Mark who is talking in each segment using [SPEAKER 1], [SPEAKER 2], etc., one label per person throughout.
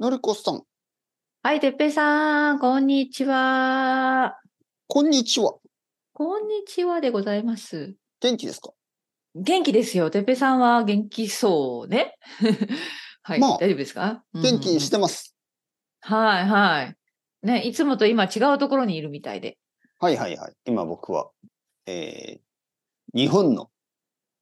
[SPEAKER 1] のりこさん、
[SPEAKER 2] はい、てっぺいさん、こんにちは。
[SPEAKER 1] こんにちは。
[SPEAKER 2] こんにちはでございます。
[SPEAKER 1] 元気ですか
[SPEAKER 2] 元気ですよ。てっぺいさんは元気そうね。 はい、
[SPEAKER 1] まあ
[SPEAKER 2] 大丈夫ですか
[SPEAKER 1] 元気にし、てます。
[SPEAKER 2] うんうんうんはい、はい。ね、いつもと今違うところにいるみたいで。
[SPEAKER 1] はいはいはい。今僕は、えー、日本の、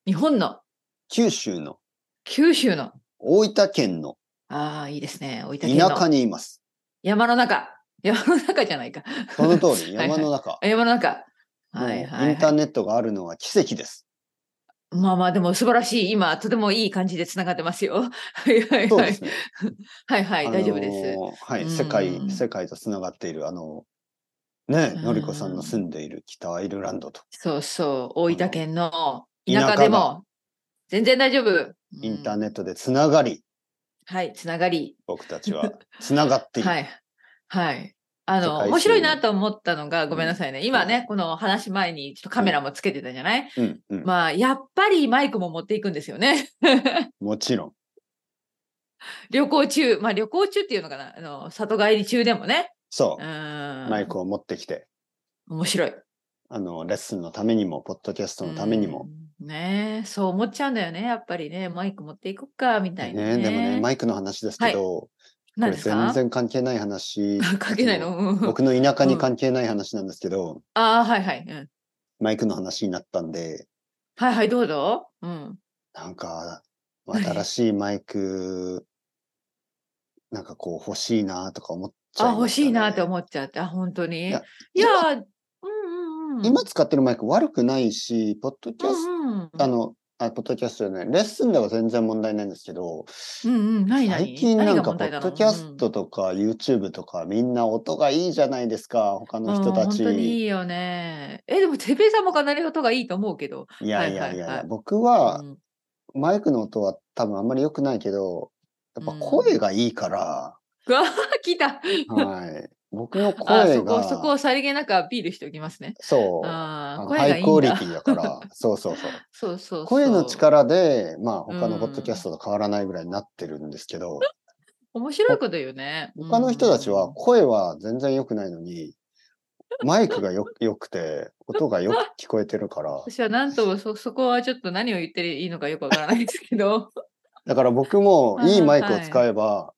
[SPEAKER 2] 日本の、
[SPEAKER 1] 九州の、
[SPEAKER 2] 九州の、
[SPEAKER 1] 大分県の
[SPEAKER 2] ああ、いいですね。大分県の
[SPEAKER 1] 田舎にいます。
[SPEAKER 2] 山の中。山の中じゃないか。
[SPEAKER 1] その通り、
[SPEAKER 2] はいはい
[SPEAKER 1] 山の中。
[SPEAKER 2] 山の中。は
[SPEAKER 1] も
[SPEAKER 2] い、
[SPEAKER 1] う
[SPEAKER 2] は
[SPEAKER 1] イ
[SPEAKER 2] い
[SPEAKER 1] ンタ
[SPEAKER 2] は
[SPEAKER 1] ーネットがあるのは奇跡です。
[SPEAKER 2] い。まあまあ、でも素晴らしい。今、とてもいい感じでつながってますよ。 はい、 はい、
[SPEAKER 1] そう
[SPEAKER 2] は
[SPEAKER 1] で
[SPEAKER 2] い
[SPEAKER 1] す。ね。
[SPEAKER 2] はい、はい、大丈夫です。
[SPEAKER 1] あのーは
[SPEAKER 2] う
[SPEAKER 1] い、
[SPEAKER 2] ん
[SPEAKER 1] 世界、世界とつながっている、あのー、ね、
[SPEAKER 2] うん
[SPEAKER 1] のりこさんの住んでいる北アイルランドと、
[SPEAKER 2] そうそう、大分県の
[SPEAKER 1] 田舎
[SPEAKER 2] 田舎でも、全然大丈夫。
[SPEAKER 1] インター
[SPEAKER 2] うん
[SPEAKER 1] ネットでつながり、
[SPEAKER 2] はい、つながり。
[SPEAKER 1] 僕たちはつながっている。
[SPEAKER 2] はい。はい。
[SPEAKER 1] 世
[SPEAKER 2] あ
[SPEAKER 1] 界
[SPEAKER 2] の、
[SPEAKER 1] 中
[SPEAKER 2] 面白いなと思ったのが、ごめんなさいね。今
[SPEAKER 1] は
[SPEAKER 2] ね、この話前にちょっとカメラもつけてたじゃない、
[SPEAKER 1] うんうん、
[SPEAKER 2] まあ、やっぱりマイクも持っていくんですよね。
[SPEAKER 1] もちろん。
[SPEAKER 2] 旅行中、まあ旅行中っていうのかな、あの、里帰り中でもね。
[SPEAKER 1] そうう、
[SPEAKER 2] ん。
[SPEAKER 1] マイクを持ってきて、
[SPEAKER 2] 面白い。
[SPEAKER 1] あの、レッスンのためにも、ポッドキャストのためにも。
[SPEAKER 2] うん。ねえそう思っちゃうんだよね。やっぱりね、マイク持っていこっか、みた
[SPEAKER 1] ね
[SPEAKER 2] いな、ね。
[SPEAKER 1] でもね、マイクの話ですけど、
[SPEAKER 2] 何
[SPEAKER 1] これ
[SPEAKER 2] ですか。
[SPEAKER 1] 全然関係ない話
[SPEAKER 2] 関係ないのうん
[SPEAKER 1] 僕の田舎
[SPEAKER 2] う
[SPEAKER 1] に
[SPEAKER 2] ん
[SPEAKER 1] 関係ない話なんですけど、
[SPEAKER 2] ああ、はいはい。うん、
[SPEAKER 1] マイクの話になったんで、
[SPEAKER 2] はいはい、どうぞ。うん。
[SPEAKER 1] なんか、
[SPEAKER 2] はい
[SPEAKER 1] 新しいマイク、なんかこう欲しいなとか思っちゃいま
[SPEAKER 2] あ、
[SPEAKER 1] たね
[SPEAKER 2] 欲しいなって思っちゃって、あ、本当に。い
[SPEAKER 1] や
[SPEAKER 2] や、うんうんうん。
[SPEAKER 1] 今使ってるマイク悪くないし、ポッドキ
[SPEAKER 2] う
[SPEAKER 1] ャス
[SPEAKER 2] んうん、
[SPEAKER 1] ト、あ、の、あ、ポッドキャストじゃない、レッスンでは全然問題ないんですけど、
[SPEAKER 2] うんうん、何々
[SPEAKER 1] 最近なんか、
[SPEAKER 2] 何
[SPEAKER 1] ポ
[SPEAKER 2] が問題
[SPEAKER 1] ッ
[SPEAKER 2] なの
[SPEAKER 1] ドキャストとか YouTube とか、みんな音がいいじゃないですか、他
[SPEAKER 2] うん
[SPEAKER 1] の人た
[SPEAKER 2] うん本当にい
[SPEAKER 1] ち。
[SPEAKER 2] いよね。え、でも、てべさんもかなり音がいいと思うけど。
[SPEAKER 1] いやいや
[SPEAKER 2] はいはいい
[SPEAKER 1] やい
[SPEAKER 2] は
[SPEAKER 1] や
[SPEAKER 2] い、
[SPEAKER 1] 僕は
[SPEAKER 2] うん
[SPEAKER 1] マイクの音は多分あんまり良くないけど、やっぱ
[SPEAKER 2] うん
[SPEAKER 1] 声がいいから、
[SPEAKER 2] うわあ、来た。
[SPEAKER 1] はい。僕の
[SPEAKER 2] あ
[SPEAKER 1] 声
[SPEAKER 2] そこ、そこ
[SPEAKER 1] が、
[SPEAKER 2] をさりげなくアピールしておきますね。
[SPEAKER 1] そう、あ
[SPEAKER 2] ああ、
[SPEAKER 1] の
[SPEAKER 2] 声
[SPEAKER 1] ハ
[SPEAKER 2] が
[SPEAKER 1] イ
[SPEAKER 2] いいんだ。
[SPEAKER 1] クオリティだ から、そうそうそう。
[SPEAKER 2] そうそうそう。
[SPEAKER 1] 声の。力で、まあ他の
[SPEAKER 2] うん
[SPEAKER 1] ポッドキャストと変わらないぐらいになってるんですけど、
[SPEAKER 2] 面白いこと言うね。
[SPEAKER 1] 他の人たち
[SPEAKER 2] う
[SPEAKER 1] は
[SPEAKER 2] ん
[SPEAKER 1] 声は全然良くないのに、マイクがよ 良くて、音がよく聞こえてるから、
[SPEAKER 2] 私はなんともそそこはちょっと何を言っていいのかよくわからないです けど
[SPEAKER 1] だから僕もいいマイクを使えば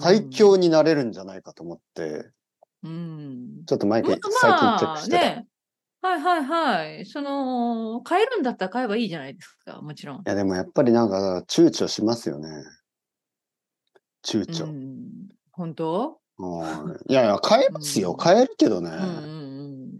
[SPEAKER 1] 最強になれるんじゃないかと思って、
[SPEAKER 2] うん、
[SPEAKER 1] ちょっとマイク
[SPEAKER 2] ま
[SPEAKER 1] 最近チェッ
[SPEAKER 2] あ
[SPEAKER 1] ク
[SPEAKER 2] まあ
[SPEAKER 1] してた。い
[SPEAKER 2] ねはいはいはいその買えるんだったら買えばいいじゃないですかもちろん、
[SPEAKER 1] やでもやっぱりなんか躊躇しますよね。躊
[SPEAKER 2] う
[SPEAKER 1] 躇。
[SPEAKER 2] ん、本当、
[SPEAKER 1] うんいやいや、変えますよ。
[SPEAKER 2] うん
[SPEAKER 1] 変えるけどね。
[SPEAKER 2] うんうん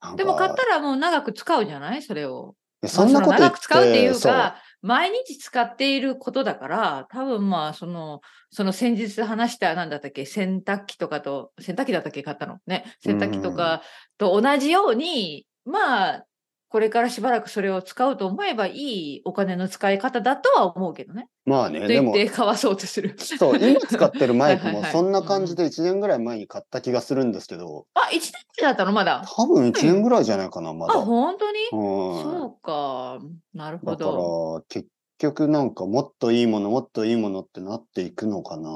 [SPEAKER 1] な
[SPEAKER 2] うんん、でも買っ
[SPEAKER 1] か
[SPEAKER 2] たらもう長く使うじゃないそれを
[SPEAKER 1] いやそんなこと
[SPEAKER 2] まあ
[SPEAKER 1] 言っ
[SPEAKER 2] その長く使うっていう
[SPEAKER 1] て、そう。
[SPEAKER 2] か毎日使っていることだから多分まあそのその先日話した何だったっけ洗濯機とかと洗濯機だったっけ買ったのね洗濯機とかと同じようにまあこれからしばらくそれを使うと思えばいいお金の使い方だとは思うけどね。
[SPEAKER 1] まあ
[SPEAKER 2] と
[SPEAKER 1] ね、で
[SPEAKER 2] 言っ
[SPEAKER 1] も、
[SPEAKER 2] てかわそうとする。
[SPEAKER 1] そう、今使ってるマイク
[SPEAKER 2] はいは
[SPEAKER 1] も
[SPEAKER 2] いはい
[SPEAKER 1] そんな感じで1年ぐらい前に買った気がするんですけど、
[SPEAKER 2] あ1年生だったの まだ。
[SPEAKER 1] 多分1年ぐらいじゃないかな、
[SPEAKER 2] あ
[SPEAKER 1] まだ。
[SPEAKER 2] 本当に
[SPEAKER 1] うん
[SPEAKER 2] そうかなるほ
[SPEAKER 1] だから
[SPEAKER 2] ど。
[SPEAKER 1] 結局なんかもっといいものもっといいものってなっていくのかな。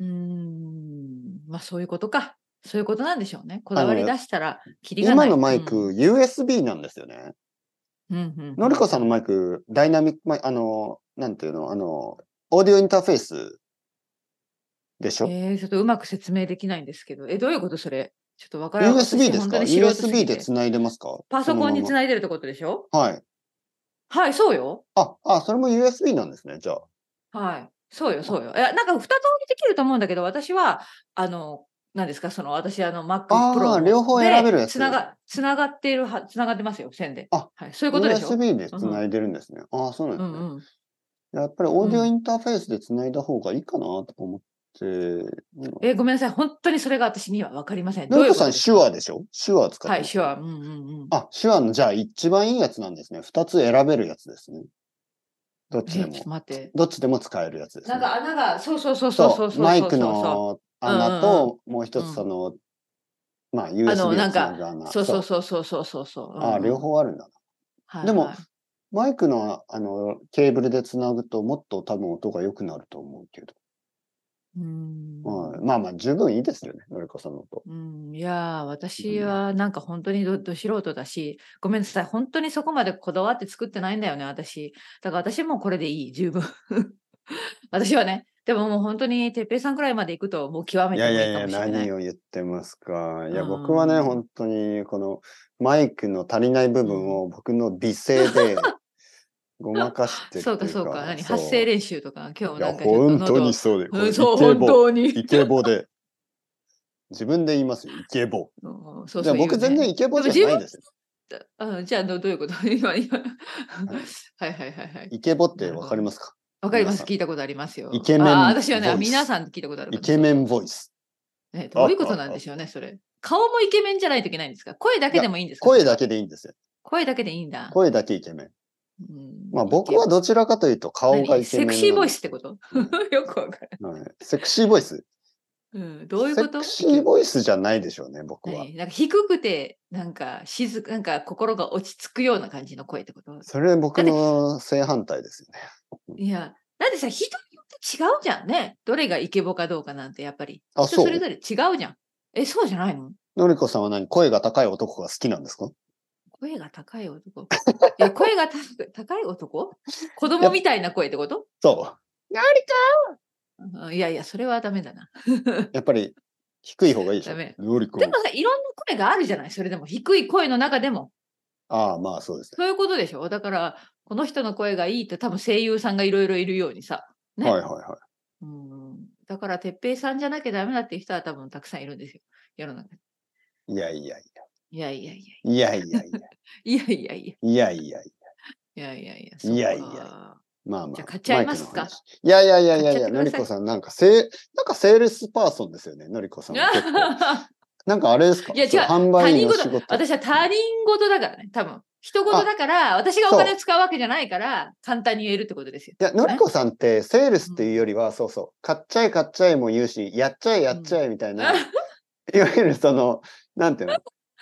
[SPEAKER 2] うーんまあそういうことか。そういうことなんでしょうね。こだわり出したらキリが
[SPEAKER 1] 今
[SPEAKER 2] ない。
[SPEAKER 1] のマイク、
[SPEAKER 2] うん
[SPEAKER 1] USB なんですよね。
[SPEAKER 2] うんうん
[SPEAKER 1] のりこさんのマイクダイナミックマイあのなんていうのあのオーディオインターフェースでしょ、
[SPEAKER 2] えー、ちょっとうまく説明できないんですけど、え、どういうことそれちょっとわからない。
[SPEAKER 1] ?USB ですか
[SPEAKER 2] 私本当に素人すぎ
[SPEAKER 1] ?USB
[SPEAKER 2] て
[SPEAKER 1] で繋いでますか
[SPEAKER 2] パソコンにつ
[SPEAKER 1] い
[SPEAKER 2] ないでるってことでしょ
[SPEAKER 1] はい。
[SPEAKER 2] はい、そうよ。
[SPEAKER 1] あ、あ、それも USB なんですね、じゃあ。
[SPEAKER 2] はい。そうよ、そうよ。いや、なんか2通りできると思うんだけど、私は、あの、何ですか、その、私、あの、Mac
[SPEAKER 1] あー
[SPEAKER 2] Pro
[SPEAKER 1] 両方選べるやつ
[SPEAKER 2] つなが、つながっているは、つながってますよ、線で。
[SPEAKER 1] あ
[SPEAKER 2] はい、そういうことでしょ。
[SPEAKER 1] USB で繋いでるんですね。ああ、そうなん
[SPEAKER 2] う
[SPEAKER 1] です
[SPEAKER 2] ん
[SPEAKER 1] ね、
[SPEAKER 2] うん。
[SPEAKER 1] やっぱりオーディオインターフェースで繋いだ方がいいかなとか思って。うん
[SPEAKER 2] えーごめんなさい、本当にそれが私には分かりません。
[SPEAKER 1] のりこさん、
[SPEAKER 2] です
[SPEAKER 1] 手話でしょ手話使って
[SPEAKER 2] は
[SPEAKER 1] ま
[SPEAKER 2] い、
[SPEAKER 1] す
[SPEAKER 2] 手話。うんうんうん。
[SPEAKER 1] あ、手話の、じゃあ一番いいやつなんですね。二つ選べるやつですね。どっ
[SPEAKER 2] え
[SPEAKER 1] ちで
[SPEAKER 2] ーちょっと
[SPEAKER 1] も、
[SPEAKER 2] 待って。
[SPEAKER 1] どっちでも使えるやつです、ね。
[SPEAKER 2] なんか穴が、そうそうそうそうそうそうそうそう。
[SPEAKER 1] マイクの穴と、もう一
[SPEAKER 2] う
[SPEAKER 1] つ
[SPEAKER 2] ん
[SPEAKER 1] その、まあ、USB
[SPEAKER 2] あのなんか
[SPEAKER 1] をつなぐ穴
[SPEAKER 2] そうそうそうそうそうそうそう。
[SPEAKER 1] あ、両方あるんだな。
[SPEAKER 2] うんうん。
[SPEAKER 1] でも
[SPEAKER 2] はいはい
[SPEAKER 1] マイクの、あの、ケーブルでつなぐと、もっと多分音が良くなると思うけど。
[SPEAKER 2] うん
[SPEAKER 1] はいまあまあ、十分いいですよね、のりこさんのと。
[SPEAKER 2] うん、いやー私はなんか本当にどど素人だしごめんなさい本当にそこまでこだわって作ってないんだよね私だから私もうこれでいい十分 私はねでももう本当に哲平さんくらいまで行くともう極め
[SPEAKER 1] い
[SPEAKER 2] ても
[SPEAKER 1] や
[SPEAKER 2] い
[SPEAKER 1] い
[SPEAKER 2] い
[SPEAKER 1] やい
[SPEAKER 2] か
[SPEAKER 1] や、
[SPEAKER 2] もしれない
[SPEAKER 1] 何を言ってますか。いや、僕は
[SPEAKER 2] う
[SPEAKER 1] ね、
[SPEAKER 2] ん
[SPEAKER 1] 本当に、このマイクの足りない部分を僕の美声 でごまかして
[SPEAKER 2] そうかそうか何発声
[SPEAKER 1] で。
[SPEAKER 2] 練習とか今日
[SPEAKER 1] い
[SPEAKER 2] な
[SPEAKER 1] や、
[SPEAKER 2] んかちょっと
[SPEAKER 1] 本当
[SPEAKER 2] 喉
[SPEAKER 1] にそうで。こ
[SPEAKER 2] う
[SPEAKER 1] れ
[SPEAKER 2] んそう
[SPEAKER 1] イケ
[SPEAKER 2] 本
[SPEAKER 1] ボ
[SPEAKER 2] 当に
[SPEAKER 1] イケボで。自分で言いますよ、イケボ。
[SPEAKER 2] うん そう
[SPEAKER 1] じゃ
[SPEAKER 2] そう
[SPEAKER 1] あ僕
[SPEAKER 2] 言う
[SPEAKER 1] 全
[SPEAKER 2] ね
[SPEAKER 1] 然イケボじゃないですよ。
[SPEAKER 2] あじゃあどどういうこと 今今はいはいはいはい
[SPEAKER 1] イケボってわかりますか
[SPEAKER 2] わかりま
[SPEAKER 1] 皆さ
[SPEAKER 2] す
[SPEAKER 1] ん
[SPEAKER 2] 聞いたことありますよ
[SPEAKER 1] イケメン
[SPEAKER 2] あー私はねあ
[SPEAKER 1] ボイス
[SPEAKER 2] 皆さん聞いたことあるか
[SPEAKER 1] イ
[SPEAKER 2] も
[SPEAKER 1] ケメンボイス。
[SPEAKER 2] ね、どういうことなんでしょうね、それ。顔もイケメンじゃないといけないんですか声だけでもいいんですか
[SPEAKER 1] 声だけでいいんですよ。
[SPEAKER 2] 声だけでいいんだ。
[SPEAKER 1] 声だけイケメン。
[SPEAKER 2] うん
[SPEAKER 1] まあ僕はどちらかというと顔がイ
[SPEAKER 2] 何
[SPEAKER 1] ケメ
[SPEAKER 2] セ
[SPEAKER 1] ンなん
[SPEAKER 2] ク
[SPEAKER 1] で。
[SPEAKER 2] シーボイスってこと よくわかる。
[SPEAKER 1] はいセクシーボイス。
[SPEAKER 2] うん、どういうこ
[SPEAKER 1] セ
[SPEAKER 2] と
[SPEAKER 1] クシーボイスじゃないでしょうね、僕は。
[SPEAKER 2] 何なんか低くて、なんか静く、なんか心が落ち着くような感じの声ってこと
[SPEAKER 1] それ僕の正反対ですよね。
[SPEAKER 2] いや、だってさ、人によって違うじゃんね。どれがイケボかどうかなんて、やっぱり。
[SPEAKER 1] あ、
[SPEAKER 2] 人
[SPEAKER 1] そ
[SPEAKER 2] それ
[SPEAKER 1] う。
[SPEAKER 2] ぞれ違うじゃん。え、そうじゃないの
[SPEAKER 1] のりこさんは何声が高い男が好きなんですか
[SPEAKER 2] 声が高い男。 いや、声がた高い男子供みたいな声ってこと
[SPEAKER 1] そう。のり
[SPEAKER 2] うんいやいや、それはダメだな。
[SPEAKER 1] こやっぱり低い方がいいでしょ
[SPEAKER 2] ダメ。
[SPEAKER 1] のりこ
[SPEAKER 2] で。もさ、いろんな声があるじゃない、それでも。低い声の中でも。
[SPEAKER 1] ああ、まあそうです
[SPEAKER 2] そういうことでしょだから、この人の声がいいって多分声優さんがいろいろいるようにさ。
[SPEAKER 1] ね。
[SPEAKER 2] ね
[SPEAKER 1] はいはいは
[SPEAKER 2] うん。だから、哲平さんじゃなきゃダメだっていう人は多分たくさんいるんですよ。世の中に。
[SPEAKER 1] い。いやいやい
[SPEAKER 2] いやいやい
[SPEAKER 1] や。いやいやいや。
[SPEAKER 2] や。いやいやい
[SPEAKER 1] いやいやいや。
[SPEAKER 2] や。いやいやいや。
[SPEAKER 1] いやいや
[SPEAKER 2] そっか
[SPEAKER 1] まあまあ。
[SPEAKER 2] じゃあ買っちゃいますか
[SPEAKER 1] マイクの話。いやいやいやいやい
[SPEAKER 2] 買っち
[SPEAKER 1] や、
[SPEAKER 2] ゃってく
[SPEAKER 1] の
[SPEAKER 2] ださ
[SPEAKER 1] りこ
[SPEAKER 2] い
[SPEAKER 1] さんなんかセー、なんかセールスパーソンですよね、のりこさ んは結構。なんかあれですか
[SPEAKER 2] いや違う
[SPEAKER 1] そ販
[SPEAKER 2] 他
[SPEAKER 1] 売員
[SPEAKER 2] 人
[SPEAKER 1] の
[SPEAKER 2] 事
[SPEAKER 1] 仕事。
[SPEAKER 2] 私は他人事だからね、多分。人事だから、私がお金を使うわけじゃないから、簡単に言えるってことですよ。
[SPEAKER 1] いや、のりこさんって、セールスっていうよりは、そうそう、買っちゃえ買っちゃえも言うし、やっちゃえやっちゃえみたいな、 いわゆるその、なんていうの、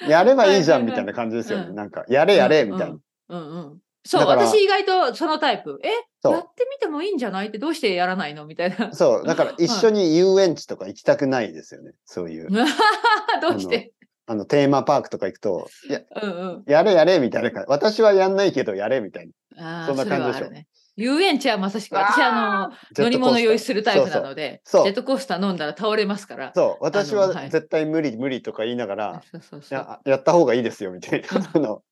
[SPEAKER 1] やればいいじゃんみたいな感じですよね。
[SPEAKER 2] うん
[SPEAKER 1] なんか、やれやれみたいな。
[SPEAKER 2] うんうん。そう、
[SPEAKER 1] だから
[SPEAKER 2] 私意外とそのタイプ。え、
[SPEAKER 1] そ
[SPEAKER 2] や
[SPEAKER 1] う
[SPEAKER 2] っ、てみてもいいんじゃないってどうしてやらないのみたい な。
[SPEAKER 1] そう、だから一緒に遊園地とか行きたくないですよね。そういう、
[SPEAKER 2] どうして
[SPEAKER 1] あの、テーマパークとか行くと、いや、
[SPEAKER 2] うんうん。
[SPEAKER 1] やれやれみたいな感じ。私はやんないけど、やれみたいな。
[SPEAKER 2] あ
[SPEAKER 1] そ
[SPEAKER 2] あ、
[SPEAKER 1] んな
[SPEAKER 2] それ
[SPEAKER 1] 感じでしょ
[SPEAKER 2] はあるね。遊園地はまさしく、
[SPEAKER 1] わー
[SPEAKER 2] 私あの、乗り物用意するタイプなの
[SPEAKER 1] で。
[SPEAKER 2] で、ジ
[SPEAKER 1] そうそう
[SPEAKER 2] ェットコースター飲んだら倒れますから。
[SPEAKER 1] そうそう、私は
[SPEAKER 2] あのはい
[SPEAKER 1] 絶対無理無理とか言いながら、
[SPEAKER 2] そうそう
[SPEAKER 1] い
[SPEAKER 2] そう
[SPEAKER 1] ややった方がいいですよみたいな あの。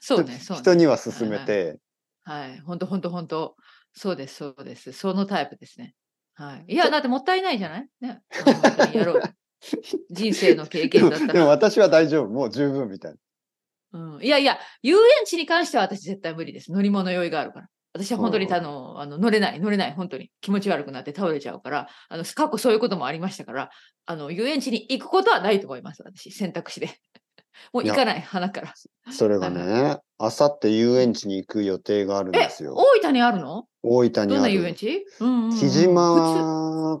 [SPEAKER 2] そうね、そう
[SPEAKER 1] 人
[SPEAKER 2] ね。
[SPEAKER 1] には勧めて、
[SPEAKER 2] はい。本当本当本当そうです、そうです。そのタイプですね。はい。いや、だってもったいないじゃないね。本当にやろ う。人生の経
[SPEAKER 1] で
[SPEAKER 2] 験
[SPEAKER 1] も
[SPEAKER 2] だった
[SPEAKER 1] でも
[SPEAKER 2] ら。
[SPEAKER 1] 私は大丈夫、もう十分みたいな。
[SPEAKER 2] うん、いやいや、遊園地に関しては私絶対無理です。乗り物酔いがあるから。私は本当に
[SPEAKER 1] うん
[SPEAKER 2] あのあの乗れない、乗れない、本当に気持ち悪くなって倒れちゃうから、あの過去そういうこともありましたから、あの遊園地に行くことはないと思います、私、選択肢で。もう行かない、鼻から。
[SPEAKER 1] それがね、あさって遊園地に行く予定があるんですよ。
[SPEAKER 2] 大分にあるの
[SPEAKER 1] 大分に
[SPEAKER 2] どん
[SPEAKER 1] あ
[SPEAKER 2] な遊
[SPEAKER 1] る。
[SPEAKER 2] 園地うんうんうん
[SPEAKER 1] 木島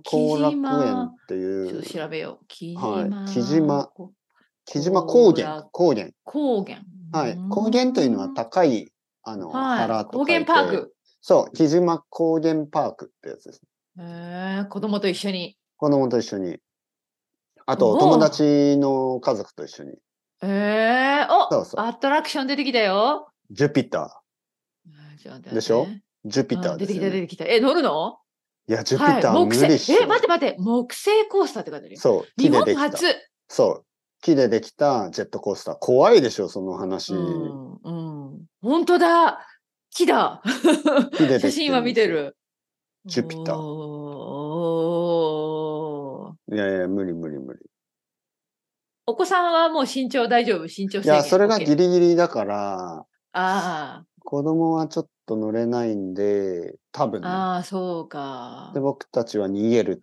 [SPEAKER 1] 後楽
[SPEAKER 2] 木
[SPEAKER 1] 園
[SPEAKER 2] 島
[SPEAKER 1] って
[SPEAKER 2] 普
[SPEAKER 1] い
[SPEAKER 2] 通ちょっ
[SPEAKER 1] う
[SPEAKER 2] と、調べよう。木島。
[SPEAKER 1] はい木島木島高原、高原。
[SPEAKER 2] 高原。
[SPEAKER 1] は
[SPEAKER 2] う
[SPEAKER 1] い
[SPEAKER 2] ーん。
[SPEAKER 1] 高原というのは高い、あの、
[SPEAKER 2] は
[SPEAKER 1] 原
[SPEAKER 2] い、
[SPEAKER 1] と
[SPEAKER 2] 高
[SPEAKER 1] 書い
[SPEAKER 2] 原
[SPEAKER 1] て
[SPEAKER 2] パー。ク。
[SPEAKER 1] そう、木島高原パークってやつです。
[SPEAKER 2] えー、子供と一緒に。
[SPEAKER 1] 子供と一緒に。あと、
[SPEAKER 2] おー
[SPEAKER 1] 友達の家族と一緒に。
[SPEAKER 2] えー、お
[SPEAKER 1] そうそう
[SPEAKER 2] アトラクション出てきたよ。
[SPEAKER 1] ジュピタ
[SPEAKER 2] ちょっと待って
[SPEAKER 1] でしょ
[SPEAKER 2] 待ってね
[SPEAKER 1] ー、ジュピタ
[SPEAKER 2] う
[SPEAKER 1] ー
[SPEAKER 2] ん
[SPEAKER 1] で
[SPEAKER 2] 出
[SPEAKER 1] す
[SPEAKER 2] てき
[SPEAKER 1] よ
[SPEAKER 2] た
[SPEAKER 1] ね、
[SPEAKER 2] 出てきた。え、乗るの
[SPEAKER 1] いや、ジュピタ
[SPEAKER 2] は
[SPEAKER 1] ー
[SPEAKER 2] い、
[SPEAKER 1] 無
[SPEAKER 2] 木
[SPEAKER 1] 理っ
[SPEAKER 2] 星。
[SPEAKER 1] しょ
[SPEAKER 2] え、待って待って、木星コースターって書いてあるよ。
[SPEAKER 1] そう、木
[SPEAKER 2] 日
[SPEAKER 1] で
[SPEAKER 2] 本
[SPEAKER 1] できた。
[SPEAKER 2] 初。
[SPEAKER 1] そう、木でできたジェットコースター。怖いでしょ、その話。
[SPEAKER 2] うん、うん。本当だ。木だ。
[SPEAKER 1] 木でできてるんですよ
[SPEAKER 2] 写真今見てる。
[SPEAKER 1] ジュピター
[SPEAKER 2] おー
[SPEAKER 1] いやいや、無理無理無理。
[SPEAKER 2] お子さんはもう身長大丈夫身長制限
[SPEAKER 1] いや、それが
[SPEAKER 2] OK
[SPEAKER 1] ギリギリだから、
[SPEAKER 2] あ
[SPEAKER 1] 子供はちょっと乗れないんで、多分ね、
[SPEAKER 2] あ、ああ、そうか
[SPEAKER 1] で。僕たちは逃げる、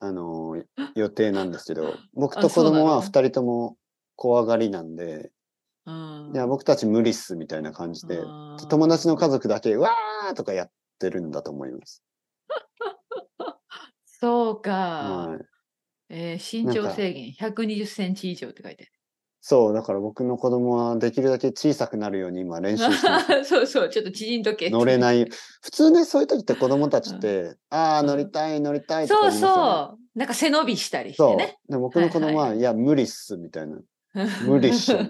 [SPEAKER 1] あのー、予定なんですけど、僕と
[SPEAKER 2] あ
[SPEAKER 1] 子
[SPEAKER 2] そうなの
[SPEAKER 1] 供は2人とも怖がりなんで、
[SPEAKER 2] うん
[SPEAKER 1] いや、僕たち無理っすみたいな感じで、
[SPEAKER 2] あー
[SPEAKER 1] 友達の家族だけ、わーとかやってるんだと思います。
[SPEAKER 2] そうか。
[SPEAKER 1] はい。
[SPEAKER 2] えー身長制限120センチ以上って書いて
[SPEAKER 1] そう、だから僕の子供はできるだけ小さくなるように今練習して ます。
[SPEAKER 2] そうそう、ちょっと縮んどけ。
[SPEAKER 1] 乗れない。普通ね、そういう時って子供たちって、ああ、乗りたい、乗りたいとか言い
[SPEAKER 2] そう
[SPEAKER 1] ますよ
[SPEAKER 2] そう。なんか背伸びしたり
[SPEAKER 1] ね。
[SPEAKER 2] してね。
[SPEAKER 1] そう。で僕の子供は、
[SPEAKER 2] はいい
[SPEAKER 1] や、無理っす、みたいな。 無理っしょ。い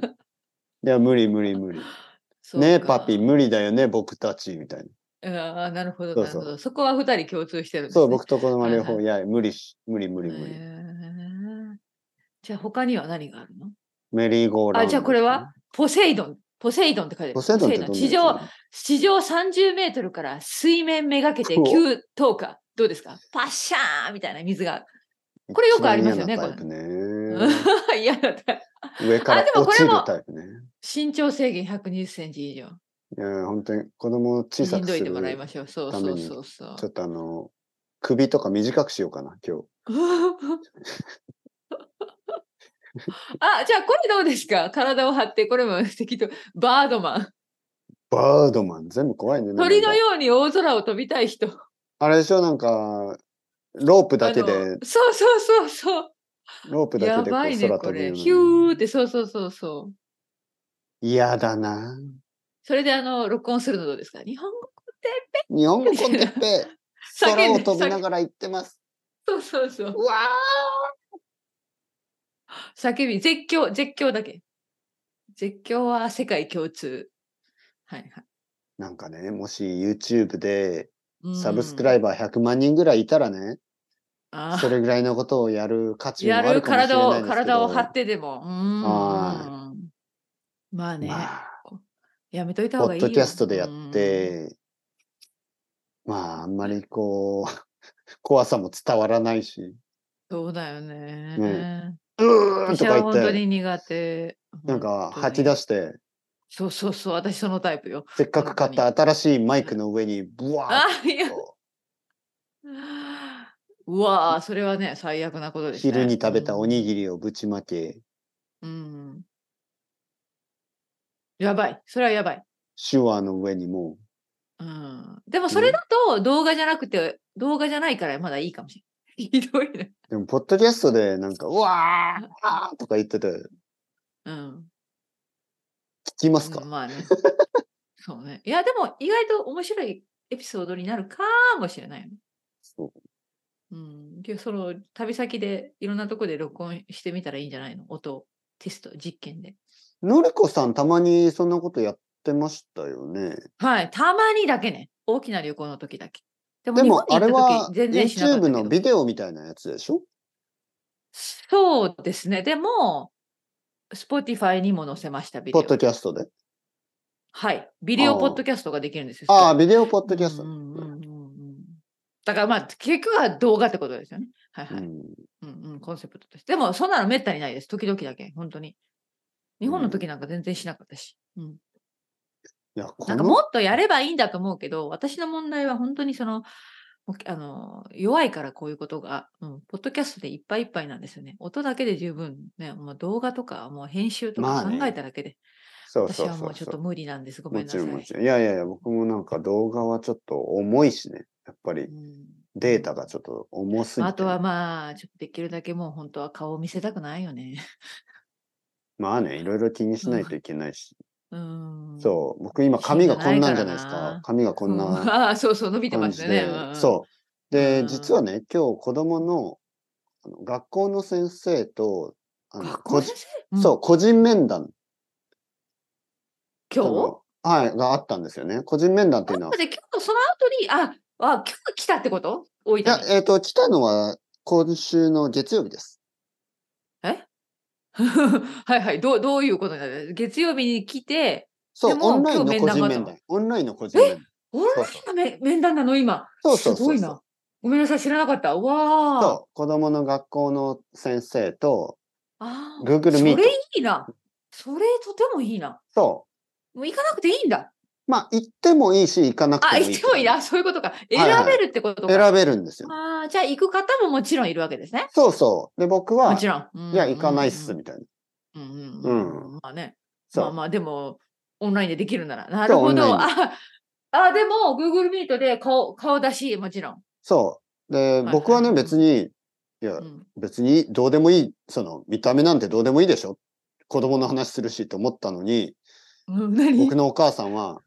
[SPEAKER 1] や、無理、無理、無理。
[SPEAKER 2] そう
[SPEAKER 1] ねえ、パ
[SPEAKER 2] か
[SPEAKER 1] ピ、。無理だよね、僕たち、みたいな。
[SPEAKER 2] ああ、なるほど、
[SPEAKER 1] そう
[SPEAKER 2] なる
[SPEAKER 1] そう
[SPEAKER 2] ほど。そこは二人共通してるんです、ね。
[SPEAKER 1] そう、僕と子供は両
[SPEAKER 2] は
[SPEAKER 1] 方、いや、無理し、無理、無理、無
[SPEAKER 2] へ
[SPEAKER 1] 理。
[SPEAKER 2] えじゃあ他には何があるの
[SPEAKER 1] メリーゴーラウンド。
[SPEAKER 2] あじゃあこれはポセイドン。ポセイドンって書いてある。
[SPEAKER 1] ポセイドンってどんなやつ
[SPEAKER 2] 地上、地上30メートルから水面めがけて
[SPEAKER 1] うお
[SPEAKER 2] 急投下。どうですかパッシャーンみたいな水が。これよくありますよね
[SPEAKER 1] 一番嫌なタイプね。
[SPEAKER 2] いやだった。
[SPEAKER 1] 上から
[SPEAKER 2] あでもこ
[SPEAKER 1] 落ち
[SPEAKER 2] れ
[SPEAKER 1] る
[SPEAKER 2] も
[SPEAKER 1] タイプね。
[SPEAKER 2] 身長制限120センチ以上。
[SPEAKER 1] いや、本当に子供を小さ
[SPEAKER 2] しん
[SPEAKER 1] く
[SPEAKER 2] ど
[SPEAKER 1] す
[SPEAKER 2] い
[SPEAKER 1] る。
[SPEAKER 2] てもらいま
[SPEAKER 1] ち
[SPEAKER 2] しょう。そう
[SPEAKER 1] た
[SPEAKER 2] そ
[SPEAKER 1] め
[SPEAKER 2] う
[SPEAKER 1] に
[SPEAKER 2] そうそう。
[SPEAKER 1] ょっとあの、首とか短くしようかな、今日。
[SPEAKER 2] あ、じゃあこれどうですか体を張って、これも適当。バードマン。
[SPEAKER 1] バードマン、全部怖いね。
[SPEAKER 2] 鳥の
[SPEAKER 1] う。
[SPEAKER 2] ように大空を飛びたい人。
[SPEAKER 1] あれでしょ、なんか、ロープだけ
[SPEAKER 2] あの
[SPEAKER 1] で、
[SPEAKER 2] そうそうそうそう。
[SPEAKER 1] ロープだ
[SPEAKER 2] や
[SPEAKER 1] けでこう
[SPEAKER 2] ばいね、
[SPEAKER 1] 空
[SPEAKER 2] こ
[SPEAKER 1] 飛ぶ
[SPEAKER 2] れ。
[SPEAKER 1] よ
[SPEAKER 2] ヒ
[SPEAKER 1] う
[SPEAKER 2] ューって、そうそうそうそう。
[SPEAKER 1] な。嫌だな。
[SPEAKER 2] それで、あの、録音するのどうですか日本語
[SPEAKER 1] 日本語コンテッペ、
[SPEAKER 2] 叫んで
[SPEAKER 1] 空を飛び
[SPEAKER 2] 叫
[SPEAKER 1] ながら行ってます。
[SPEAKER 2] そうそうそう。
[SPEAKER 1] うわ
[SPEAKER 2] 叫び、絶叫、絶叫だけ。絶叫は世界共通。はいはい
[SPEAKER 1] ーなんかね、もし YouTube で
[SPEAKER 2] うん。
[SPEAKER 1] サブスクライバー100万人ぐらいいたらね、
[SPEAKER 2] あー
[SPEAKER 1] それぐらいのことをやる価値も
[SPEAKER 2] や
[SPEAKER 1] ある
[SPEAKER 2] る
[SPEAKER 1] かもしれ
[SPEAKER 2] 体
[SPEAKER 1] ない
[SPEAKER 2] を、
[SPEAKER 1] ですけど。
[SPEAKER 2] 体を張ってでも。うーん。
[SPEAKER 1] は
[SPEAKER 2] まあね、
[SPEAKER 1] まあ
[SPEAKER 2] やめといた
[SPEAKER 1] ポ
[SPEAKER 2] 方がい
[SPEAKER 1] ッ
[SPEAKER 2] いよ。
[SPEAKER 1] ドキャストでやっ
[SPEAKER 2] うん。
[SPEAKER 1] て、まあ、あんまりこう、 怖さも伝わらないし、
[SPEAKER 2] そうだよね。
[SPEAKER 1] ねうーん
[SPEAKER 2] 私
[SPEAKER 1] と
[SPEAKER 2] は
[SPEAKER 1] か言
[SPEAKER 2] 本当
[SPEAKER 1] って、
[SPEAKER 2] に苦手。
[SPEAKER 1] なんか
[SPEAKER 2] 本当に
[SPEAKER 1] 吐き出して、
[SPEAKER 2] そうそうそう、私そのタイプよ。
[SPEAKER 1] せっかく買った新しいマイクの上に、ブワ
[SPEAKER 2] あ
[SPEAKER 1] ー、
[SPEAKER 2] いや
[SPEAKER 1] ッ。と、
[SPEAKER 2] うわあ、それはね、最悪なことです、ね。
[SPEAKER 1] 昼に食べたおにぎりをぶちまけ、
[SPEAKER 2] うん、うんやばい、それはやばい。
[SPEAKER 1] 手話の上にも
[SPEAKER 2] うん、でもそれだと動画じゃなくて、動画じゃないからまだいいかもしれない。ひ どいね。
[SPEAKER 1] う、でも、ポッドキャストでなんか、うわーあーとか言ってて、聞
[SPEAKER 2] うん。
[SPEAKER 1] きますか、
[SPEAKER 2] まあね。 そうね。いや、でも意外と面白いエピソードになるかもしれないよね。
[SPEAKER 1] そう
[SPEAKER 2] うん。で、その旅先でいろんなとこで録音してみたらいいんじゃないの音をテスト、実験で。
[SPEAKER 1] のりこさん、たまにそんなことやってましたよね。
[SPEAKER 2] はい、たまにだけね。大きな旅行の時だけ。で
[SPEAKER 1] でも、あれは
[SPEAKER 2] 日本に行った時全然しなかった
[SPEAKER 1] YouTube
[SPEAKER 2] けど
[SPEAKER 1] のビデオみたいなやつでしょ
[SPEAKER 2] そうですね。でも、Spotify にも載せました、ビデ
[SPEAKER 1] ポ
[SPEAKER 2] オ
[SPEAKER 1] ッ。ドキャストで。
[SPEAKER 2] はい。ビデオ
[SPEAKER 1] あー
[SPEAKER 2] ポッドキャストができるんですよ。
[SPEAKER 1] ああ、
[SPEAKER 2] ビ
[SPEAKER 1] ビデオポッドキャスト
[SPEAKER 2] う
[SPEAKER 1] ね。
[SPEAKER 2] んうんうんうんだからまあ、結局は動画ってことですよね。はいはい。
[SPEAKER 1] うん
[SPEAKER 2] うんうん、コンセプトです。でも、そんなのめったにないです。時々だけ、本当に。日本の時なんか全然しなかったし。うん
[SPEAKER 1] いや、こ
[SPEAKER 2] なんか
[SPEAKER 1] の
[SPEAKER 2] もっとやればいいんだと思うけど、私の問題は本当にその、もうあの弱いからこういうことが、うん、ポッドキャストでいっぱいいっぱいなんですよね。音だけで十分、ね、もう動画とか、もう編集と
[SPEAKER 1] ま
[SPEAKER 2] か
[SPEAKER 1] あね
[SPEAKER 2] 考えただけで、
[SPEAKER 1] そうそう
[SPEAKER 2] 私はも
[SPEAKER 1] そうう
[SPEAKER 2] ちょっ
[SPEAKER 1] そ
[SPEAKER 2] と
[SPEAKER 1] う。
[SPEAKER 2] 無理なんです。ごめ
[SPEAKER 1] も
[SPEAKER 2] んな
[SPEAKER 1] ち
[SPEAKER 2] さい。
[SPEAKER 1] ろん、もちろん。いやいやいや、僕もなんか動画はちょっと重いしね。やっぱり
[SPEAKER 2] うん
[SPEAKER 1] データがちょっと重すぎて。
[SPEAKER 2] あとはまあ、ちょっとできるだけもう本当は顔を見せたくないよね。
[SPEAKER 1] まあね、いろいろ気にしないといけないし。
[SPEAKER 2] うん。
[SPEAKER 1] そう、僕今髪がこんなんじゃないです
[SPEAKER 2] そうじゃないから
[SPEAKER 1] か
[SPEAKER 2] な。
[SPEAKER 1] 髪がこん
[SPEAKER 2] うん
[SPEAKER 1] な
[SPEAKER 2] ああ、そうそう、伸び てま
[SPEAKER 1] 感
[SPEAKER 2] す
[SPEAKER 1] じ
[SPEAKER 2] よね
[SPEAKER 1] で。。
[SPEAKER 2] うん
[SPEAKER 1] そう。で
[SPEAKER 2] う、ん
[SPEAKER 1] 実はね、今日子供のあの学校の先生と、あ
[SPEAKER 2] うん。
[SPEAKER 1] の
[SPEAKER 2] 学
[SPEAKER 1] 個
[SPEAKER 2] 校
[SPEAKER 1] 人
[SPEAKER 2] 先生
[SPEAKER 1] そう、個人面談
[SPEAKER 2] うん
[SPEAKER 1] あ
[SPEAKER 2] 今日
[SPEAKER 1] のはい、があったんですよね。個人面談っていうのは。
[SPEAKER 2] で今日その後に、あ、あ今日来たってこと大
[SPEAKER 1] いや
[SPEAKER 2] 分に。、
[SPEAKER 1] えっ、と、来たのは今週の月曜日です。
[SPEAKER 2] はいはい。どう、どういうことになる月曜日に来て、
[SPEAKER 1] そ
[SPEAKER 2] で
[SPEAKER 1] う、
[SPEAKER 2] も
[SPEAKER 1] オンラインの
[SPEAKER 2] 今日
[SPEAKER 1] 個
[SPEAKER 2] 面
[SPEAKER 1] 人
[SPEAKER 2] 談が
[SPEAKER 1] 面
[SPEAKER 2] あ
[SPEAKER 1] 談。オンラインの個人面談。
[SPEAKER 2] オンラインのめ面談なの今。
[SPEAKER 1] そうそうそうそう
[SPEAKER 2] すごいな。ごめんなさい、知らなかった。うわあ。
[SPEAKER 1] そう、子供の学校の先生と、
[SPEAKER 2] ああ。
[SPEAKER 1] Google
[SPEAKER 2] そ
[SPEAKER 1] Meet
[SPEAKER 2] れいいな。それとてもいいな。
[SPEAKER 1] そ
[SPEAKER 2] もう行かなくていいんだ。
[SPEAKER 1] う、まあ、行ってもいいし、行かなくて
[SPEAKER 2] あ、
[SPEAKER 1] もいい。
[SPEAKER 2] 行ってもいいな。そういうことか。選
[SPEAKER 1] はい
[SPEAKER 2] べるってことか。
[SPEAKER 1] 選べるんですよ。
[SPEAKER 2] ああ、じゃあ行く方ももちろんいるわけですね。
[SPEAKER 1] そうそう。で、僕
[SPEAKER 2] も
[SPEAKER 1] は、
[SPEAKER 2] ち
[SPEAKER 1] い
[SPEAKER 2] ろん。うん
[SPEAKER 1] や、行かないっす、。みたいな。
[SPEAKER 2] うんうん
[SPEAKER 1] う
[SPEAKER 2] うんんうん。まあね。
[SPEAKER 1] そ
[SPEAKER 2] まあ
[SPEAKER 1] う。
[SPEAKER 2] まあでもオンラインでできるならなるほ
[SPEAKER 1] オンライン
[SPEAKER 2] ど
[SPEAKER 1] で
[SPEAKER 2] ああでも Google Meet で顔顔出しもちろん、
[SPEAKER 1] そう。で、
[SPEAKER 2] はい
[SPEAKER 1] 僕はね、
[SPEAKER 2] はい
[SPEAKER 1] 別に、いや
[SPEAKER 2] う、ん
[SPEAKER 1] 別にどうでもいい、その、見た目なんてどうでもいいでしょ。子供の話するしと思ったのに、
[SPEAKER 2] うん 何
[SPEAKER 1] 僕のお母さんは、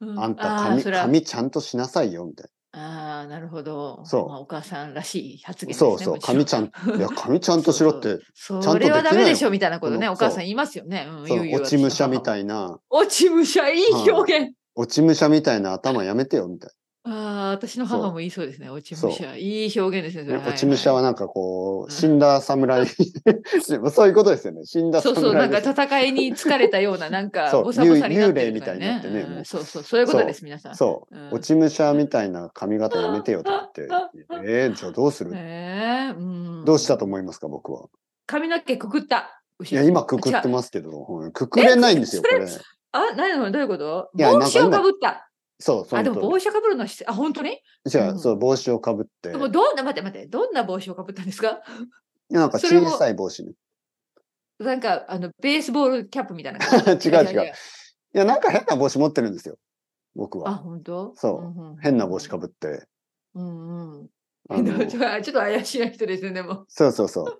[SPEAKER 2] うん
[SPEAKER 1] あんた
[SPEAKER 2] あー
[SPEAKER 1] 髪、
[SPEAKER 2] それは
[SPEAKER 1] 髪ちゃんとしなさいよ、みたい
[SPEAKER 2] あーなるほど。
[SPEAKER 1] そう
[SPEAKER 2] まあお母さんらしい発言
[SPEAKER 1] な。
[SPEAKER 2] ですね。
[SPEAKER 1] そうそう、
[SPEAKER 2] もちろ
[SPEAKER 1] 髪ちゃん、い や、髪ちゃんとしろって、
[SPEAKER 2] そ
[SPEAKER 1] ちゃんとでき
[SPEAKER 2] れ
[SPEAKER 1] ないの
[SPEAKER 2] はダメでしょみたいなことね、
[SPEAKER 1] この
[SPEAKER 2] お母さん言いますよね。うん、
[SPEAKER 1] そ
[SPEAKER 2] 言う
[SPEAKER 1] の
[SPEAKER 2] 言う
[SPEAKER 1] 落ち武者み
[SPEAKER 2] い。
[SPEAKER 1] たいな、
[SPEAKER 2] 落ち武者、いい
[SPEAKER 1] はい
[SPEAKER 2] 表現。
[SPEAKER 1] 落ち武者みたいな頭やめてよ、み たい
[SPEAKER 2] ああ、私の母も言いそうですね。落ち武者。いい表現ですね。そ
[SPEAKER 1] な。
[SPEAKER 2] れ
[SPEAKER 1] ね落ち武者は
[SPEAKER 2] は
[SPEAKER 1] なんかこ
[SPEAKER 2] うん
[SPEAKER 1] う、死んだ 侍、そういうことですよね。死ん
[SPEAKER 2] いは
[SPEAKER 1] だ
[SPEAKER 2] いそう
[SPEAKER 1] 侍
[SPEAKER 2] そう、なんか
[SPEAKER 1] です
[SPEAKER 2] 戦いに疲れたような、なんか、
[SPEAKER 1] そう
[SPEAKER 2] ボサボサにな
[SPEAKER 1] 幽
[SPEAKER 2] ってる
[SPEAKER 1] 霊みたいになってね
[SPEAKER 2] うん
[SPEAKER 1] もう
[SPEAKER 2] そうそう、そういうことです、皆さん。
[SPEAKER 1] そうう、
[SPEAKER 2] ん
[SPEAKER 1] 落ち武者みたいな髪型やめてよと思って、 えー、じゃあどうする、
[SPEAKER 2] ねえうん、
[SPEAKER 1] どうしたと思いますか、僕は。
[SPEAKER 2] 髪の毛くくった。
[SPEAKER 1] いや、今くくって
[SPEAKER 2] す。
[SPEAKER 1] ますけど、うんくくれないんですよ、こ
[SPEAKER 2] え
[SPEAKER 1] れ。
[SPEAKER 2] あ、何のどういうこと
[SPEAKER 1] いや
[SPEAKER 2] 帽子
[SPEAKER 1] な
[SPEAKER 2] を
[SPEAKER 1] んか
[SPEAKER 2] か
[SPEAKER 1] 今
[SPEAKER 2] ぶった。
[SPEAKER 1] そう、その
[SPEAKER 2] あ、でも
[SPEAKER 1] 通
[SPEAKER 2] 帽子をかぶるのはし、あ、本当に
[SPEAKER 1] り。じゃ
[SPEAKER 2] う
[SPEAKER 1] あ、
[SPEAKER 2] ん
[SPEAKER 1] そう、帽子をかぶって
[SPEAKER 2] で、もどんな、待って待って、どんな帽子をかぶったんですか
[SPEAKER 1] なんか
[SPEAKER 2] それも
[SPEAKER 1] 小さい帽子ね。
[SPEAKER 2] なんか、あの、ベースボールキャップみたいな感じ。
[SPEAKER 1] 違う違ういや、なんか変な帽子持ってるんですよ、僕
[SPEAKER 2] あ、
[SPEAKER 1] は。
[SPEAKER 2] 本当
[SPEAKER 1] そう
[SPEAKER 2] うんうん
[SPEAKER 1] 変な帽子かぶって。
[SPEAKER 2] うんうん。
[SPEAKER 1] あ
[SPEAKER 2] 変な
[SPEAKER 1] の
[SPEAKER 2] 帽子 はちょっと怪しいな人ですね、でも。
[SPEAKER 1] そうそう そう。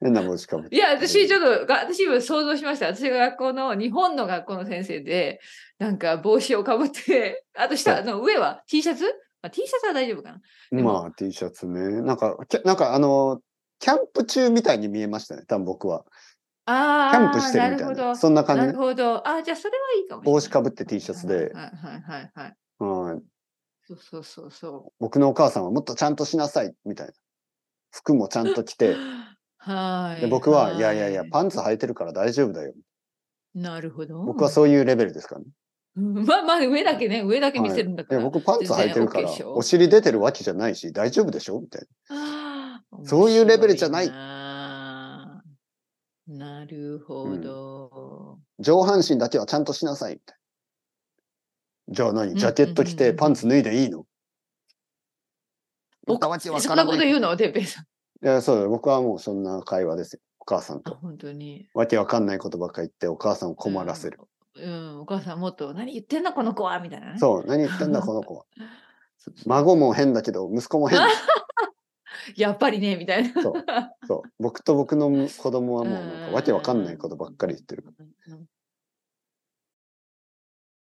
[SPEAKER 1] 変な帽子かぶって。
[SPEAKER 2] いや、私、ちょっと、が私、今想像しました。私が学校の、日本の学校の先生で、なんか帽子をかぶって、 あと下、
[SPEAKER 1] そう
[SPEAKER 2] あの上は T シャツ、まあ、?T シャツは大丈夫かなでも
[SPEAKER 1] まあ、T シャツね。なんか、きゃなんかあの、キャンプ中みたいに見えましたね、多分僕は。キ
[SPEAKER 2] ああ、
[SPEAKER 1] ャンプしてるみたい
[SPEAKER 2] なる
[SPEAKER 1] な。
[SPEAKER 2] ほど。
[SPEAKER 1] そんな感じ
[SPEAKER 2] な
[SPEAKER 1] ね
[SPEAKER 2] る。ほど。あーじゃあそれはいいかもしれない。
[SPEAKER 1] 帽子かぶって T シャツで
[SPEAKER 2] はいはいはいはい。
[SPEAKER 1] うん、
[SPEAKER 2] そうそうそうそ
[SPEAKER 1] 僕のお母さんはもっとちゃんとしなさい、みたいな。服もちゃんと着
[SPEAKER 2] う。
[SPEAKER 1] て。
[SPEAKER 2] は
[SPEAKER 1] で
[SPEAKER 2] い。
[SPEAKER 1] 僕は、いやいやいや
[SPEAKER 2] は、
[SPEAKER 1] パンツ履いてるから大丈夫だよ。
[SPEAKER 2] なるほど。
[SPEAKER 1] 僕はそういうレベルですからね。
[SPEAKER 2] うん。まあまあ、上だけね、上だけ見せるんだ
[SPEAKER 1] い
[SPEAKER 2] か
[SPEAKER 1] や
[SPEAKER 2] ら。
[SPEAKER 1] 僕パンツ履いてるから、
[SPEAKER 2] 全然 OK でしょ
[SPEAKER 1] お尻出てるわけじゃないし、大丈夫でしょみたい
[SPEAKER 2] あー
[SPEAKER 1] そういうレベルじゃない
[SPEAKER 2] 面白ななるほど。
[SPEAKER 1] な。上半身だけはちゃんとしなさい、みたいな。じゃあ何ジャケット着
[SPEAKER 2] うんうんうん
[SPEAKER 1] て
[SPEAKER 2] うん
[SPEAKER 1] パンツ脱いでいいの
[SPEAKER 2] お
[SPEAKER 1] わけわ
[SPEAKER 2] そ
[SPEAKER 1] か
[SPEAKER 2] ん
[SPEAKER 1] ら
[SPEAKER 2] ないこと言うのてっぺいさん。
[SPEAKER 1] いや、そうだよ僕はもうそんな会話ですよ。お母さん
[SPEAKER 2] あ、
[SPEAKER 1] と。
[SPEAKER 2] 本当に。
[SPEAKER 1] わけわかんないことばっか言って、お母さんを困らせる。
[SPEAKER 2] うん。うん、お母さんもっと、何言ってんだ、この子は、みたいなね。
[SPEAKER 1] そう、何言ってんだ、この子は。
[SPEAKER 2] そうそう
[SPEAKER 1] 孫も変だけど、息子も変だ。
[SPEAKER 2] やっぱりね、みたいな。
[SPEAKER 1] そうそう僕と僕の子供はもうなんか
[SPEAKER 2] うん
[SPEAKER 1] わけわかんないことばっかり言ってる。
[SPEAKER 2] うんうん